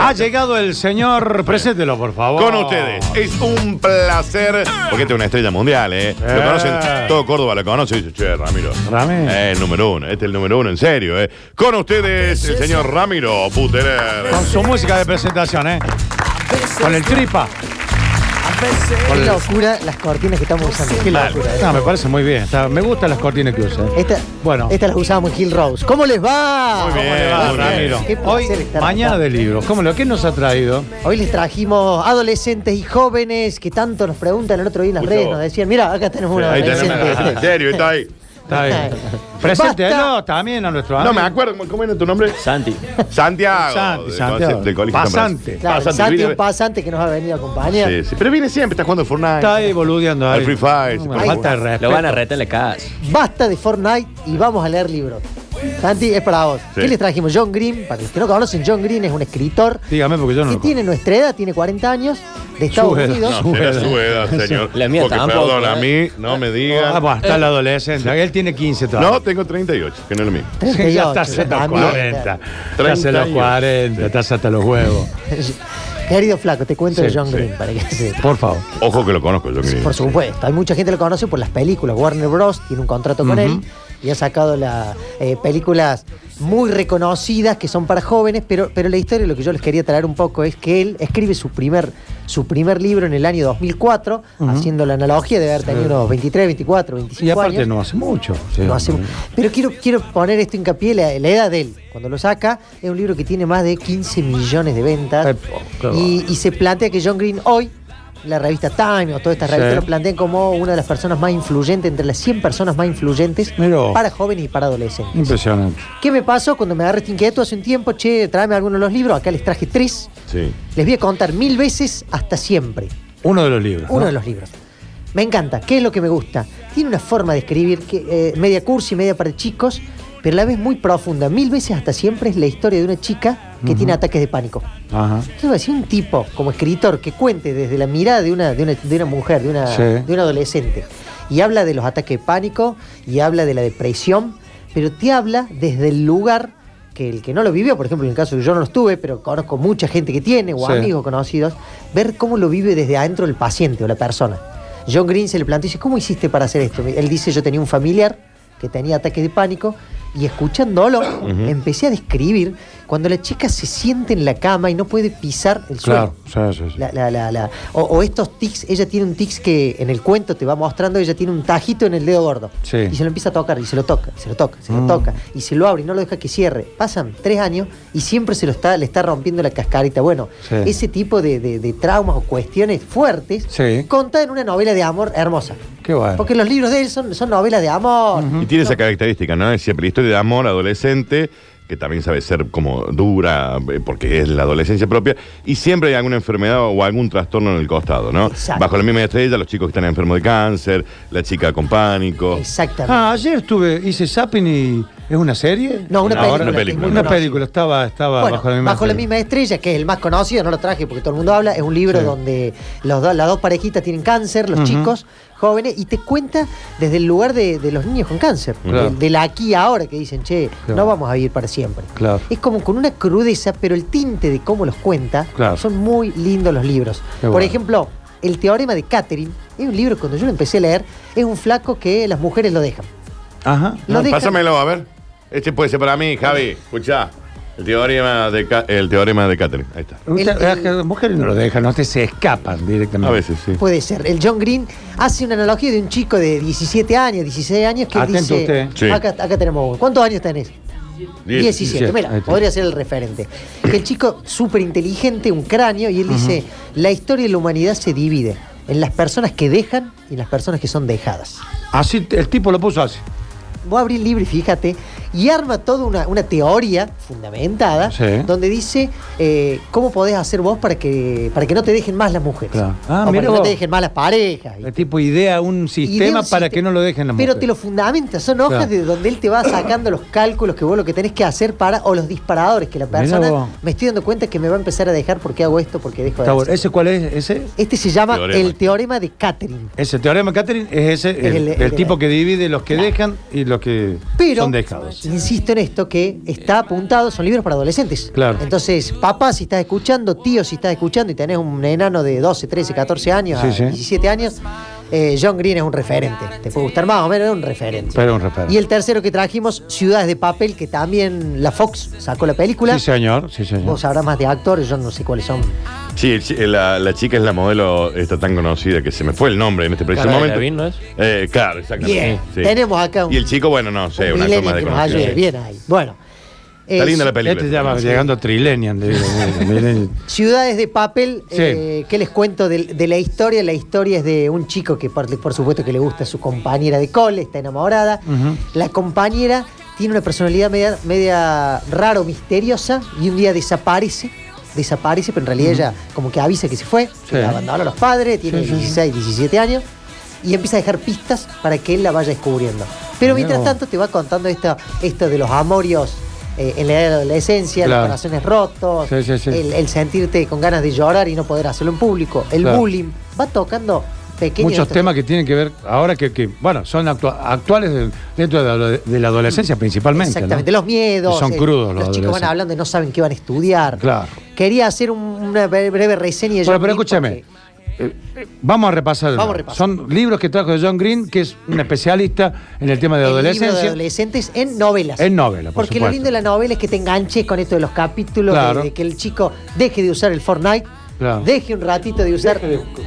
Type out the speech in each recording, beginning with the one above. Ha llegado el señor, preséntelo por favor. Con ustedes. Oh. Es un placer. Porque este es una estrella mundial, ¿eh? Lo Eh. conocen, todo Córdoba lo conoce. Dice, che, Ramiro. Ramiro. Eh, el número uno. Este es el número uno, en serio, ¿eh? Con ustedes, el señor Ramiro Puterer. Con su música de presentación, ¿eh? Con el tripa. Qué locura las cortinas que estamos usando. Qué locura. eh. No, Ah, me parece muy bien. Está- me gustan las cortinas que usa. ¿eh? Esta, Bueno. Estas las usamos en Hill Rose. ¿Cómo les va? Muy bien, ¿Cómo le va, muy bien. Ramiro? Qué placer Hoy, estar acá. mañana de libros. ¿Cómo lo que nos ha traído? Hoy les trajimos adolescentes y jóvenes que tanto nos preguntan el otro día en las Mucho. redes. Nos decían, mira, acá tenemos un Ahí tenemos. adolescente. En serio, está ahí. Está bien. Preséntelo también a nuestro No amigo. me acuerdo, ¿cómo era tu nombre? Santi. Santiago. Santi, del Santiago. conce- del colegio Pasante. Claro, Pasante, Santi, viene- un pasante que nos ha venido a acompañar. Sí, sí. Pero viene siempre, está jugando Fortnite. Está ahí boludeando ahí. Al Free Fire, No, se me pone falta de bueno. respeto. Lo van a retar en la casa. Basta de Fortnite y vamos a leer libros. Santi, es para vos. Sí. ¿Qué les trajimos? John Green, para los que no conocen, John Green es un escritor Dígame porque yo no que lo tiene nuestra edad, tiene 40 años, de Estados edad, Unidos. No, era su edad, señor. La mía Porque, tampoco, Perdón, a mí, ¿eh? no me diga. Ah, bueno, está el adolescente. Él tiene 15 todavía. No, tengo 38, que no es lo mismo. Sí, ya 38, estás hasta los también. 40. Estás en los 38. 40, estás hasta los huevos. Querido Flaco, te cuento Sí, de John sí. Green para que se... Por favor. Ojo que lo conozco, yo creo. Por supuesto, hay mucha gente que lo conoce por las películas. Warner Bros. tiene un contrato con él y ha sacado las películas muy reconocidas que son para jóvenes, pero, pero la historia, lo que yo les quería traer un poco es que él escribe su primer, su primer libro en el año 2004, haciendo la analogía de haber tenido unos 23, 24, 25 Y aparte años. no hace mucho. Sí, No hace- pero quiero, quiero poner esto hincapié, la, la edad de él. Cuando lo saca, es un libro que tiene más de 15 millones de ventas. Ay, po, qué Y, y se plantea que John Green hoy, la revista Time o todas estas Sí. revistas lo plantean como una de las personas más influyentes, entre las 100 personas más influyentes Mirá vos. para jóvenes y para adolescentes. Impresionante. ¿Qué me pasó cuando me agarré esta inquietud hace un tiempo? Che, tráeme algunos de los libros. Acá les traje tres. Sí. Les voy a contar mil veces hasta siempre. Uno de los libros. Uno ¿no? de los libros. Me encanta. ¿Qué es lo que me gusta? Tiene una forma de escribir que, eh, media cursi, media para chicos, pero a la vez muy profunda. Mil veces hasta siempre es la historia de una chica que tiene ataques de pánico. Ajá. Entonces, si un tipo como escritor que cuente desde la mirada de una, de una, de una mujer, de una, Sí. de una adolescente, y habla de los ataques de pánico, y habla de la depresión, pero te habla desde el lugar que el que no lo vivió, por ejemplo, en el caso yo no lo estuve, pero conozco mucha gente que tiene, o Sí. amigos conocidos, ver cómo lo vive desde adentro el paciente o la persona. John Green se le planteó y dice, ¿cómo hiciste para hacer esto? Él dice, yo tenía un familiar que tenía ataques de pánico y escuchándolo empecé a describir cuando la chica se siente en la cama y no puede pisar el Claro. suelo. sí, sí, sí. La- la- la- la- O, o estos tics, ella tiene un tics que en el cuento te va mostrando, ella tiene un tajito en el dedo gordo. Sí. Mm. Y se lo empieza a tocar, y se lo toca, y se lo toca, se lo toca, y se lo abre y no lo deja que cierre. Pasan tres años y siempre se lo está, le está rompiendo la cascarita. Bueno, Sí. ese tipo de, de- de traumas o cuestiones fuertes Sí. conta en una novela de amor hermosa. Qué bueno. Porque los libros de él son, son novelas de amor. Y tiene esa característica, ¿no? Es siempre la historia de amor adolescente, que también sabe ser como dura, eh, porque es la adolescencia propia, y siempre hay alguna enfermedad o algún trastorno en el costado, ¿no? Exacto. Bajo la misma estrella, los chicos que están enfermos de cáncer, la chica con pánico. Exactamente. Ah, ayer estuve, hice Zapping y. ¿Es una serie? No, una película. Una película. Una película, estaba, estaba Bueno, bajo la misma. estrella. estrella, que es el más conocido, no lo traje porque todo el mundo habla. Es un libro Sí. donde los do- las dos parejitas tienen cáncer, los chicos jóvenes, y te cuenta desde el lugar de, de los niños con cáncer, Claro. del, del aquí y ahora, que dicen, che, Claro. no vamos a vivir para siempre. Claro. Es como con una crudeza, pero el tinte de cómo los cuenta, Claro. son muy lindos los libros. Qué Por bueno. ejemplo, El Teorema de Catherine, es un libro que cuando yo lo empecé a leer, es un flaco que las mujeres lo dejan. Ajá. Lo dejan- Pásamelo, a ver. Este puede ser para mí, Javi. Escuchá. El teorema de, Ca- el teorema de Catherine. Ahí está. El- Usted- el- que las mujeres no lo dejan, no te se escapan directamente. A veces, sí. Puede ser. El John Green hace una analogía de un chico de 17 años, 16 años que Atento dice, usted. Sí. acá, acá tenemos uno. ¿Cuántos años tenés? 17. Diecisiete. Ahí Mira, está. podría ser el referente. Que el chico súper inteligente, un cráneo, y él dice, la historia de la humanidad se divide en las personas que dejan y en las personas que son dejadas. Así t- el tipo lo puso así. Voy a abrir el libro y fíjate, y arma toda una, una teoría fundamentada Sí. donde dice eh, cómo podés hacer vos para que, para que no te dejen más las mujeres. Claro. Ah, o para mira que no vos. te dejen más las parejas. El tipo idea un Y sistema de un para siste- que no lo dejen las Pero mujeres. te lo fundamenta, son hojas Claro. de donde él te va sacando los cálculos que vos lo que tenés que hacer para, o los disparadores que la Mirá vos. persona me estoy dando cuenta que me va a empezar a dejar porque hago esto, porque dejo de Está bueno. hacer. ¿Ese cuál es? ¿Ese? Este se llama Teorema. el teorema de Catherine. Ese teorema, Catherine, es ese, el, El- el- el tipo que divide los que dejan y los que Pero son dejados. insisto en esto, que está apuntado, son libros para adolescentes. Claro. Entonces, papá, si estás escuchando, tío, si estás escuchando y tenés un enano de 12, 13, 14 años, Sí, a sí. 17 años, eh, John Green es un referente. Te puede gustar más o menos, es un referente. Pero un referente. Y el tercero que trajimos, Ciudades de Papel, que también la Fox sacó la película. Sí, señor, sí, señor. Vos sabrás más de actores, yo no sé cuáles son. Sí, el chi- eh, la, la chica es la modelo esta tan conocida que se me fue el nombre en este preciso Cara de momento. Lavín, ¿no es? Eh, claro, exactamente. Bien, Sí. tenemos acá un, Y el chico, bueno, no sé, un una millennial cosa más que de nos ayude. conocido. Bien ahí. Bueno. Está eh, linda la película. Este ya va llegando a Trilenian. le digo, miren. Ciudades de papel, Sí. eh, ¿qué les cuento de, de la historia? La historia es de un chico que por, por supuesto que le gusta a su compañera de cole, está enamorada. Ujú. La compañera tiene una personalidad media, media raro, misteriosa, y un día desaparece, desaparece, pero en realidad ella como que avisa que se fue, Sí. que la abandonó a los padres, tiene Sí, sí, sí. 16, 17 años, y empieza a dejar pistas para que él la vaya descubriendo. Pero Mirá mientras vos. tanto te va contando esto, esto de los amorios eh, en la edad de la adolescencia, Claro. los corazones rotos, Sí, sí, sí. el- el sentirte con ganas de llorar y no poder hacerlo en público, el Claro. bullying, va tocando pequeños Muchos estos- temas que tienen que ver ahora que, que, bueno, son actua- actuales del- dentro de la, adole- de la adolescencia principalmente. ¿no? Exactamente, los miedos. Que son eh, crudos los los chicos van adolescentes. hablando y no saben qué van a estudiar. Claro. Quería hacer un- una bre- breve reseña de Bueno, John pero Green escúchame. eh, eh, Vamos a repasar. Vamos a repasar. Son libros que trajo John Green, que es un especialista en el tema de porque el libro adolescencia. de adolescentes en novelas. En novela, por Porque lo supuesto. lindo de la novela es que te enganches con esto de los capítulos, Claro. de, de que el chico deje de usar el Fortnite, Claro. deje un ratito de usar.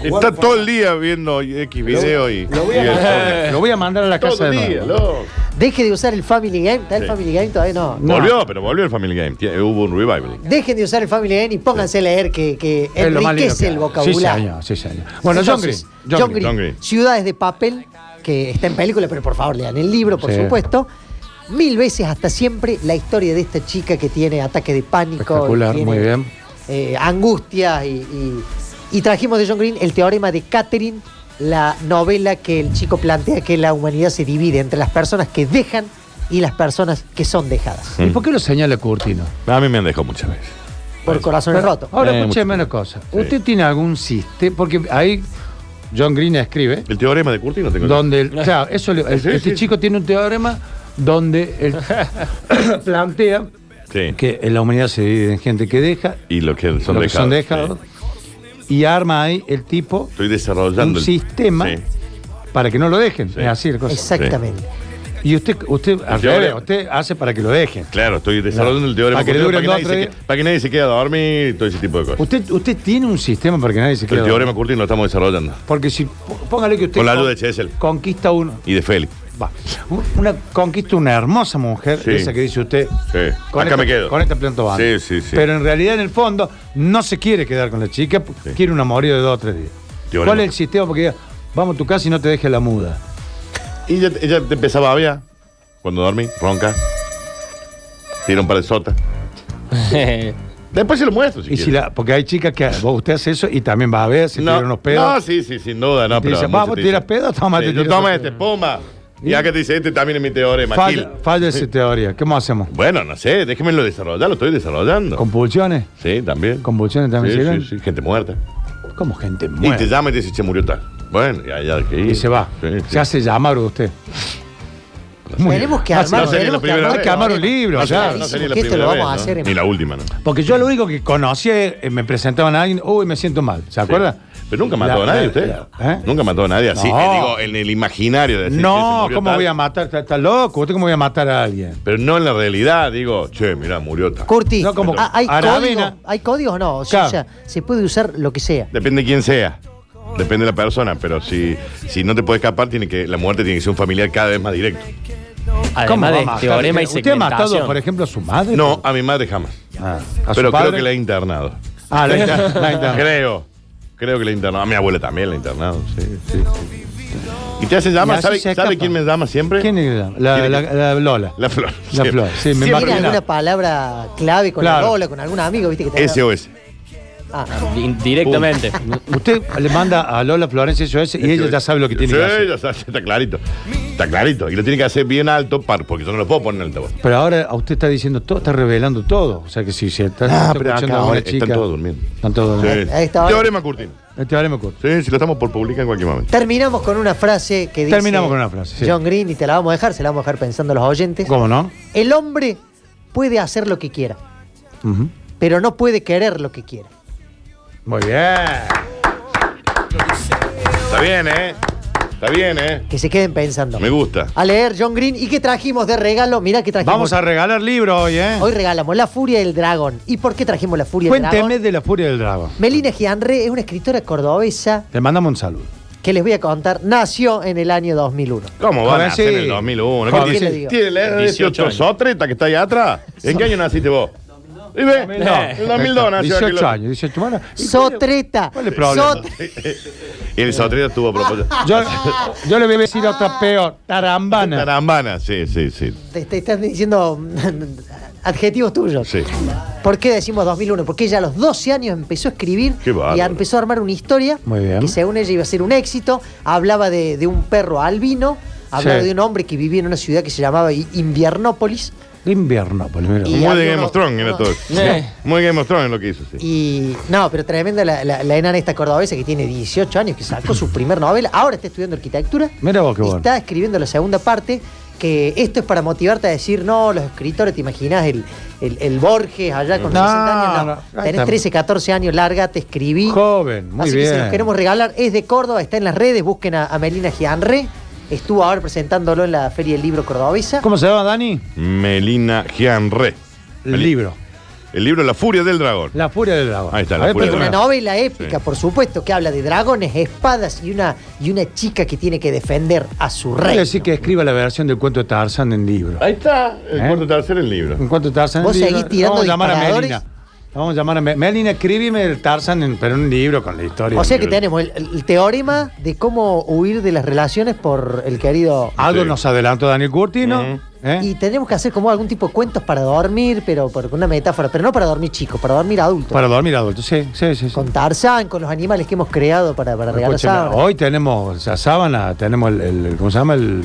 Está todo el día viendo X video y. Lo voy, y el- a, lo voy a mandar a la todo casa el de día, nuevo. loco. Deje de usar el Family Game. ¿Está el Sí. Family Game todavía? No. No. Volvió, pero volvió el Family Game. Tie- Hubo un revival. Dejen de usar el Family Game y pónganse a leer que, que Es lo más lindo enriquece que el hay. Sí, vocabulario. señor, sí, señor. Bueno, Entonces, John Green. John Green. Green. Green. Ciudades de papel, que está en película, pero por favor lean el libro, por Sí. supuesto. Mil veces hasta siempre la historia de esta chica que tiene ataque de pánico. Espectacular, tiene, muy bien. eh, angustias y, y- y trajimos de John Green el teorema de Catherine, la novela que el chico plantea que la humanidad se divide entre las personas que dejan y las personas que son dejadas. ¿Y por qué lo señala Curtino? A mí me han dejado muchas veces. Por corazones Pero, rotos. Ahora Eh, escúcheme mucho. una cosa. ¿Usted tiene algún sistema? Porque ahí John Green escribe. El teorema de Curti no tengo. Donde, el- claro, eso le- el- Sí, este sí. chico tiene un teorema donde él plantea Sí. que en la humanidad se divide en gente que deja Y los que son lo que dejados. son dejados Sí. y arma ahí el tipo Estoy desarrollando. un el- sistema Sí. para que no lo dejen. Sí. Es así la cosa. Exactamente. Y usted, usted, al teorema. revés, usted hace para que lo dejen. Claro, estoy desarrollando Claro. el teorema Para que Curtino duren para, que dos, nadie se tres que- para que nadie se quede a dormir y todo ese tipo de cosas. Usted, usted tiene un sistema para que nadie se quede. el teorema Curti lo estamos desarrollando. Porque si, póngale que usted Con la ayuda con- de Chesel. conquista uno, Y de Félix. Va. Un- Una conquista una hermosa mujer, Sí. esa que dice usted. Sí. con Acá esta- me quedo. Con esta planta baja. Sí, sí, sí. Pero en realidad, en el fondo, no se quiere quedar con la chica, Sí. quiere un amorío de dos o tres días. Teorema. ¿Cuál es el sistema? Porque diga, vamos a tu casa y no te deje la muda. Y ella, ella te empezaba a babear cuando dormí, ronca. Tira un par de sotas. Después se lo muestro, si Y si quiere. la, porque hay chicas que vos, usted hace eso y también vas a ver, se tiran unos pedos. No, sí, sí, sin duda, no, Y te pero. dice, mucho vamos, te dice, tiras pedo, toma, te sí, yo tiras toma pedo. este, pumba. Y acá te dice, este también es mi teorema. falla, Gil. falla esa teoría. ¿Cómo hacemos? Bueno, no sé, déjenmelo desarrollar, lo estoy desarrollando. ¿Compulsiones? Sí, también. ¿Convulsiones también Sí, sirven? sí, sí, gente muerta. ¿Cómo gente Y te muere? llama y te dice, che, murió tal. Bueno, ya, ya, que ir. Y, se va. Sí, se sí. hace llamar usted. Muy Tenemos que bien. Ah, sí, armar, no sería tenemos la primera vez. Hay que armar un libro, No ya. sería- Clarísimo no sería la que esto primera lo vez, vamos a ¿no? hacer en- Ni la última, ¿no? Porque yo lo único que conocí, eh, me presentaban a alguien, uy, me siento mal, ¿se acuerda? Pero nunca mató a La- nadie la- usted. la- ¿eh? Nunca mató a nadie así. No. eh, digo, en el imaginario de decir, che, se No, murió ¿cómo tal. voy a matar? Está, está loco, ¿usted cómo voy a matar a alguien? Pero no en la realidad, digo, che, mira, murió tal. Curti, No, como ah, ¿hay, Aravena. código, ¿hay códigos o no? O sea, Claro. ya, se puede usar lo que sea. Depende de quién sea. Depende de la persona, pero si, si no te puede escapar, tiene que, la muerte tiene que ser un familiar cada vez más directo. ¿Cómo Además va a de matar? teorema y ¿Usted ha matado, por segmentación. ejemplo, a su madre? No, a mi madre jamás. Ah, ¿A su Pero creo padre? que la he internado. Ah, la inter- la inter- Creo. Creo que la he internado. A mi abuela también la he internado. Sí, sí, sí. ¿Y te hacen llama? Y así ¿Sabe, se sabe escapa. quién me llama siempre? ¿Quién era? La, ¿Quién la, es? la Lola. La flor. La Siempre. flor, sí, me Siempre. ¿Tiene imagino. alguna palabra clave con Claro. la bola, con algún amigo? ¿Viste que te SOS. Ah, Di- Directamente. Usted le manda a Lola Florencia SOS y ella ya sabe lo que tiene Sí, que hacer. ya sabe, está clarito. Está clarito. Y lo tiene que hacer bien alto, par, porque yo no lo puedo poner en altavoz. Pero ahora a usted está diciendo todo, está revelando todo. O sea que si se está, Ah, está pero acá a una ahora están todos durmiendo. Están todos durmiendo. ahí está. Teorema Curtin. Este ahora me ocurre. Sí, si lo estamos por publicar en cualquier momento. Terminamos con una frase que dice. Terminamos con una frase, sí. John Green, y te la vamos a dejar, se la vamos a dejar pensando a los oyentes. ¿Cómo no? El hombre puede hacer lo que quiera, Ujú. pero no puede querer lo que quiera. Muy bien. Está bien, ¿eh? Está bien, ¿eh? Que se queden pensando. Me gusta. A leer John Green. ¿Y qué trajimos de regalo? Mira qué trajimos. Vamos a regalar libros hoy, ¿eh? Hoy regalamos La Furia del Dragón. ¿Y por qué trajimos La Furia del Cuénteme Dragón? de la furia del dragón. Melina Gianre es una escritora cordobesa Te mandamos un saludo. que les voy a contar. Nació en el año 2001. ¿Cómo van a Jovencito. hacer en el 2001? Jovencito. ¿Qué tiene? ¿Qué le digo? ¿Tiene la edad de este 18 otro años. sotreta que está allá atrás? ¿En qué año naciste vos? ¿Y ve? En el 2002 nació. 18 aquel- años, 18 bueno, ¿y cuál es- Sotreta. cuál es el problema? Sotre- Y el sotreta estuvo a propósito. Yo, yo le voy a decir otra peor, tarambana. Tarambana, sí, sí, sí. Te, te están diciendo mm, adjetivos tuyos. Sí. ¿Por qué decimos 2001? Porque ella a los 12 años empezó a escribir Qué bárbaro. y empezó a armar una historia Muy bien. que según ella iba a ser un éxito. Hablaba de, de un perro albino, hablaba Sí. de un hombre que vivía en una ciudad que se llamaba I- Inviernópolis. Invierno, pues, por lo menos. Y Muy de había Game uno- of Thrones era uno- todo. Eh. Muy Game of Thrones lo que hizo, sí. Y no, pero tremenda la, la- la enana esta cordobesa que tiene 18 años, que sacó su primer novela, ahora está estudiando arquitectura. Mira vos qué y bueno. Está escribiendo la segunda parte, que esto es para motivarte a decir, no, los escritores, te imaginas el, el, el Borges allá con No, 60 años. No. no, ahí Tenés está. 13, 14 años, larga, te escribí. Joven, muy Así que se bien. los queremos regalar. Es de Córdoba, está en las redes, busquen a, a Melina Gianre. Estuvo ahora presentándolo en la Feria del Libro Cordobesa. ¿Cómo se llama, Dani? Melina Gianre. El Meli- libro. El libro La Furia del Dragón. La furia del dragón. Ahí está, A la ver, furia del pero- Una dragón. novela épica, Sí. por supuesto, que habla de dragones, espadas y una, y una chica que tiene que defender a su Quiere rey. decir que escriba la versión del cuento de Tarzán en libro. Ahí está, el ¿Eh? cuarto tercer el libro. Un cuento de Tarzán en Vos libro. seguís tirando Vamos a llamar a disparadores. Melina. Vamos a llamar a Melina. Melina, escríbeme el Tarzán, en, pero en un libro con la historia. O sea que Increíble. tenemos el, el teorema de cómo huir de las relaciones por el querido... Algo Sí. nos adelantó Daniel Curtino. Ujú. Ah, ¿eh? Y tenemos que hacer como algún tipo de cuentos para dormir, pero por una metáfora, pero no para dormir chicos, para dormir adultos. Para dormir adulto, sí, sí, sí. sí. Con Tarzán, con los animales que hemos creado para, para regalar Escúcheme, sábanas. hoy tenemos esa sábana, tenemos el, el- ¿Cómo se llama? El.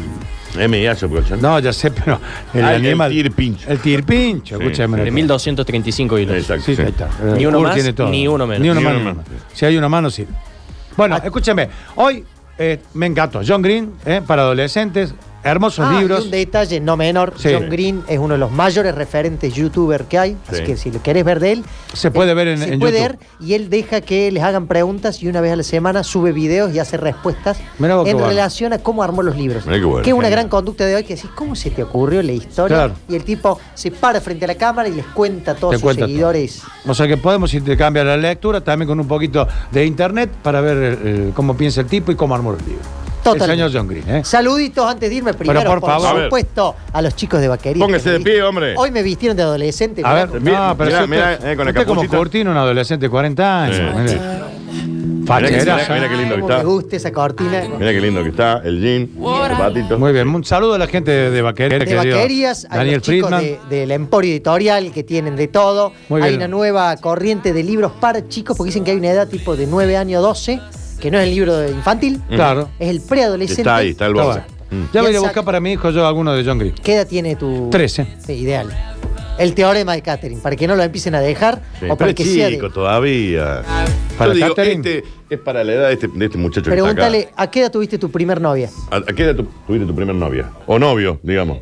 M.I.H. Producción. No, ya sé, pero. El Ah, el animal. tirpincho. El tirpincho, Sí, escúcheme. De 1235 hilos. Exacto. Sí, sí. ahí está. Ni El uno Ur más, tiene todo. ni uno menos. Ni uno Ni más, uno ni uno menos. menos. Si hay uno más, no sirve. Bueno, Ah. escúcheme. Hoy eh, me encantó. John Green, eh, para adolescentes, hermosos Ah, y libros. un detalle no menor, Sí. John Green es uno de los mayores referentes youtuber que hay, así Sí. que si lo querés ver de él, eh, Se puede ver en, se en puede YouTube. ver y él deja que les hagan preguntas y una vez a la semana sube videos y hace respuestas Mirá vos qué en bueno. relación a cómo armó los libros. Mirá qué bueno, que es una genial. gran conducta de hoy que decís, ¿cómo se te ocurrió la historia? Claro. Y el tipo se para frente a la cámara y les cuenta a todos Te sus cuenta todo. seguidores. O sea que podemos intercambiar la lectura también con un poquito de internet para ver eh, cómo piensa el tipo y cómo armó el libro. Totalmente. El señor John Green, ¿eh? Saluditos antes de irme primero, por favor. A ver. supuesto, a los chicos de Vaquería. Póngase que me de pie, vist- hombre. Hoy me vistieron de adolescente. A ver, mirá cómo- no, pero mirá, si usted, mirá, eh, con la usted como capuchita. Curtino, un adolescente de 40 años. Sí. mire. Mirá Fachera. que- mirá que lindo que cómo me está. gusta esa cortina. Mira qué lindo que está, el jean, los zapatitos. Muy bien, un saludo a la gente de, de Vaquería. de querido vaquerías, a Daniel los chicos Friedman. de- del Emporio Editorial que tienen de todo. Muy hay bien. una nueva corriente de libros para chicos porque dicen que hay una edad tipo de 9 años 12, que no es el libro de infantil, Claro. es el preadolescente. Está ahí, está el Está bolso. bueno. Mm. Ya voy a Exacto. buscar para mi hijo yo alguno de John Green. ¿Qué edad tiene tu...? 13. Sí, ideal. El teorema de Catherine, para que no lo empiecen a dejar o para pero que sea de- chico todavía. Para Yo digo, Catherine. este es para la edad de este, de este muchacho que está acá. Pregúntale, ¿a qué edad tuviste tu primer novia? ¿A, a qué edad tu- tuviste tu primer novia? O novio, digamos.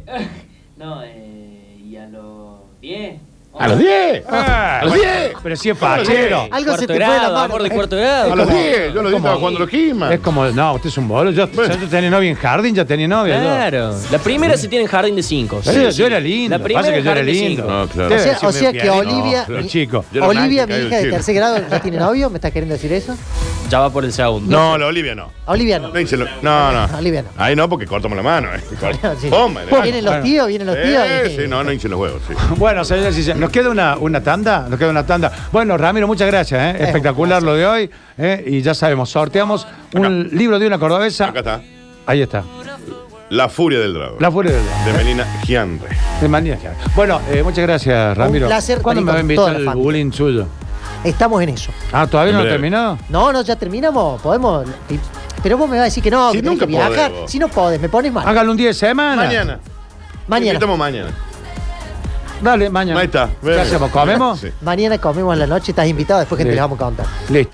No, eh, y a los 10. ¡A los 10! ¡A Ah, los 10! Ah, Pero si es fachero. Algo se te Cuarto fue de la grado, mano. amor de cuarto grado. ¡A los ¿Cómo? 10! Yo lo dije estaba jugando los He-Man. Es como, no, usted es un bolo. Yo, yo, tenía novia en jardín, ya tenía novia. yo. Claro. La primera se tiene en jardín de 5. Pero yo, yo era lindo. La primera Pasa que en yo era jardín de lindo. cinco. No, claro. Debe O sea, decirme o sea que pianito. Olivia, No, mi- los chicos. Yo era un Olivia, ángel, mi hija caído de del tercer grado, ¿ya tiene novio? ¿Me estás queriendo decir eso? Ya va por el segundo. No, la Olivia no. Olivia no. No, dice lo- no, no. Olivia no. Ahí no, porque cortamos la mano. Eh. Corta. Sí. Toma, le- Vienen los Bueno. tíos, vienen los tíos. Eh, y- sí, no, no hinche los huevos. Sí. Bueno, señores y señores, nos queda una, una tanda, nos queda una tanda. Bueno, Ramiro, muchas gracias, ¿eh? espectacular lo de hoy. ¿eh? Y ya sabemos, sorteamos un libro de una cordobesa. Acá está. Ahí está. La furia del dragón. La furia del- De Melina Gianre. de manía. Bueno, eh, muchas gracias, Ramiro. placer, ¿Cuándo me Marito, va a invitar toda la el familia. bullying suyo? Estamos en eso. Ah, ¿todavía En no ha breve. terminado? No, no, ya terminamos. Podemos. Pero vos me vas a decir que no, Si que tenés nunca que viajar. podés, vos. Si no podés, me pones mal. Hágalo un día de semana. Mañana. mañana. Invitamos mañana. Dale, mañana. Ahí está. ¿Qué hacemos? ¿Comemos? Sí. Mañana comemos en la noche, estás invitado después que Sí. te les vamos a contar. Listo.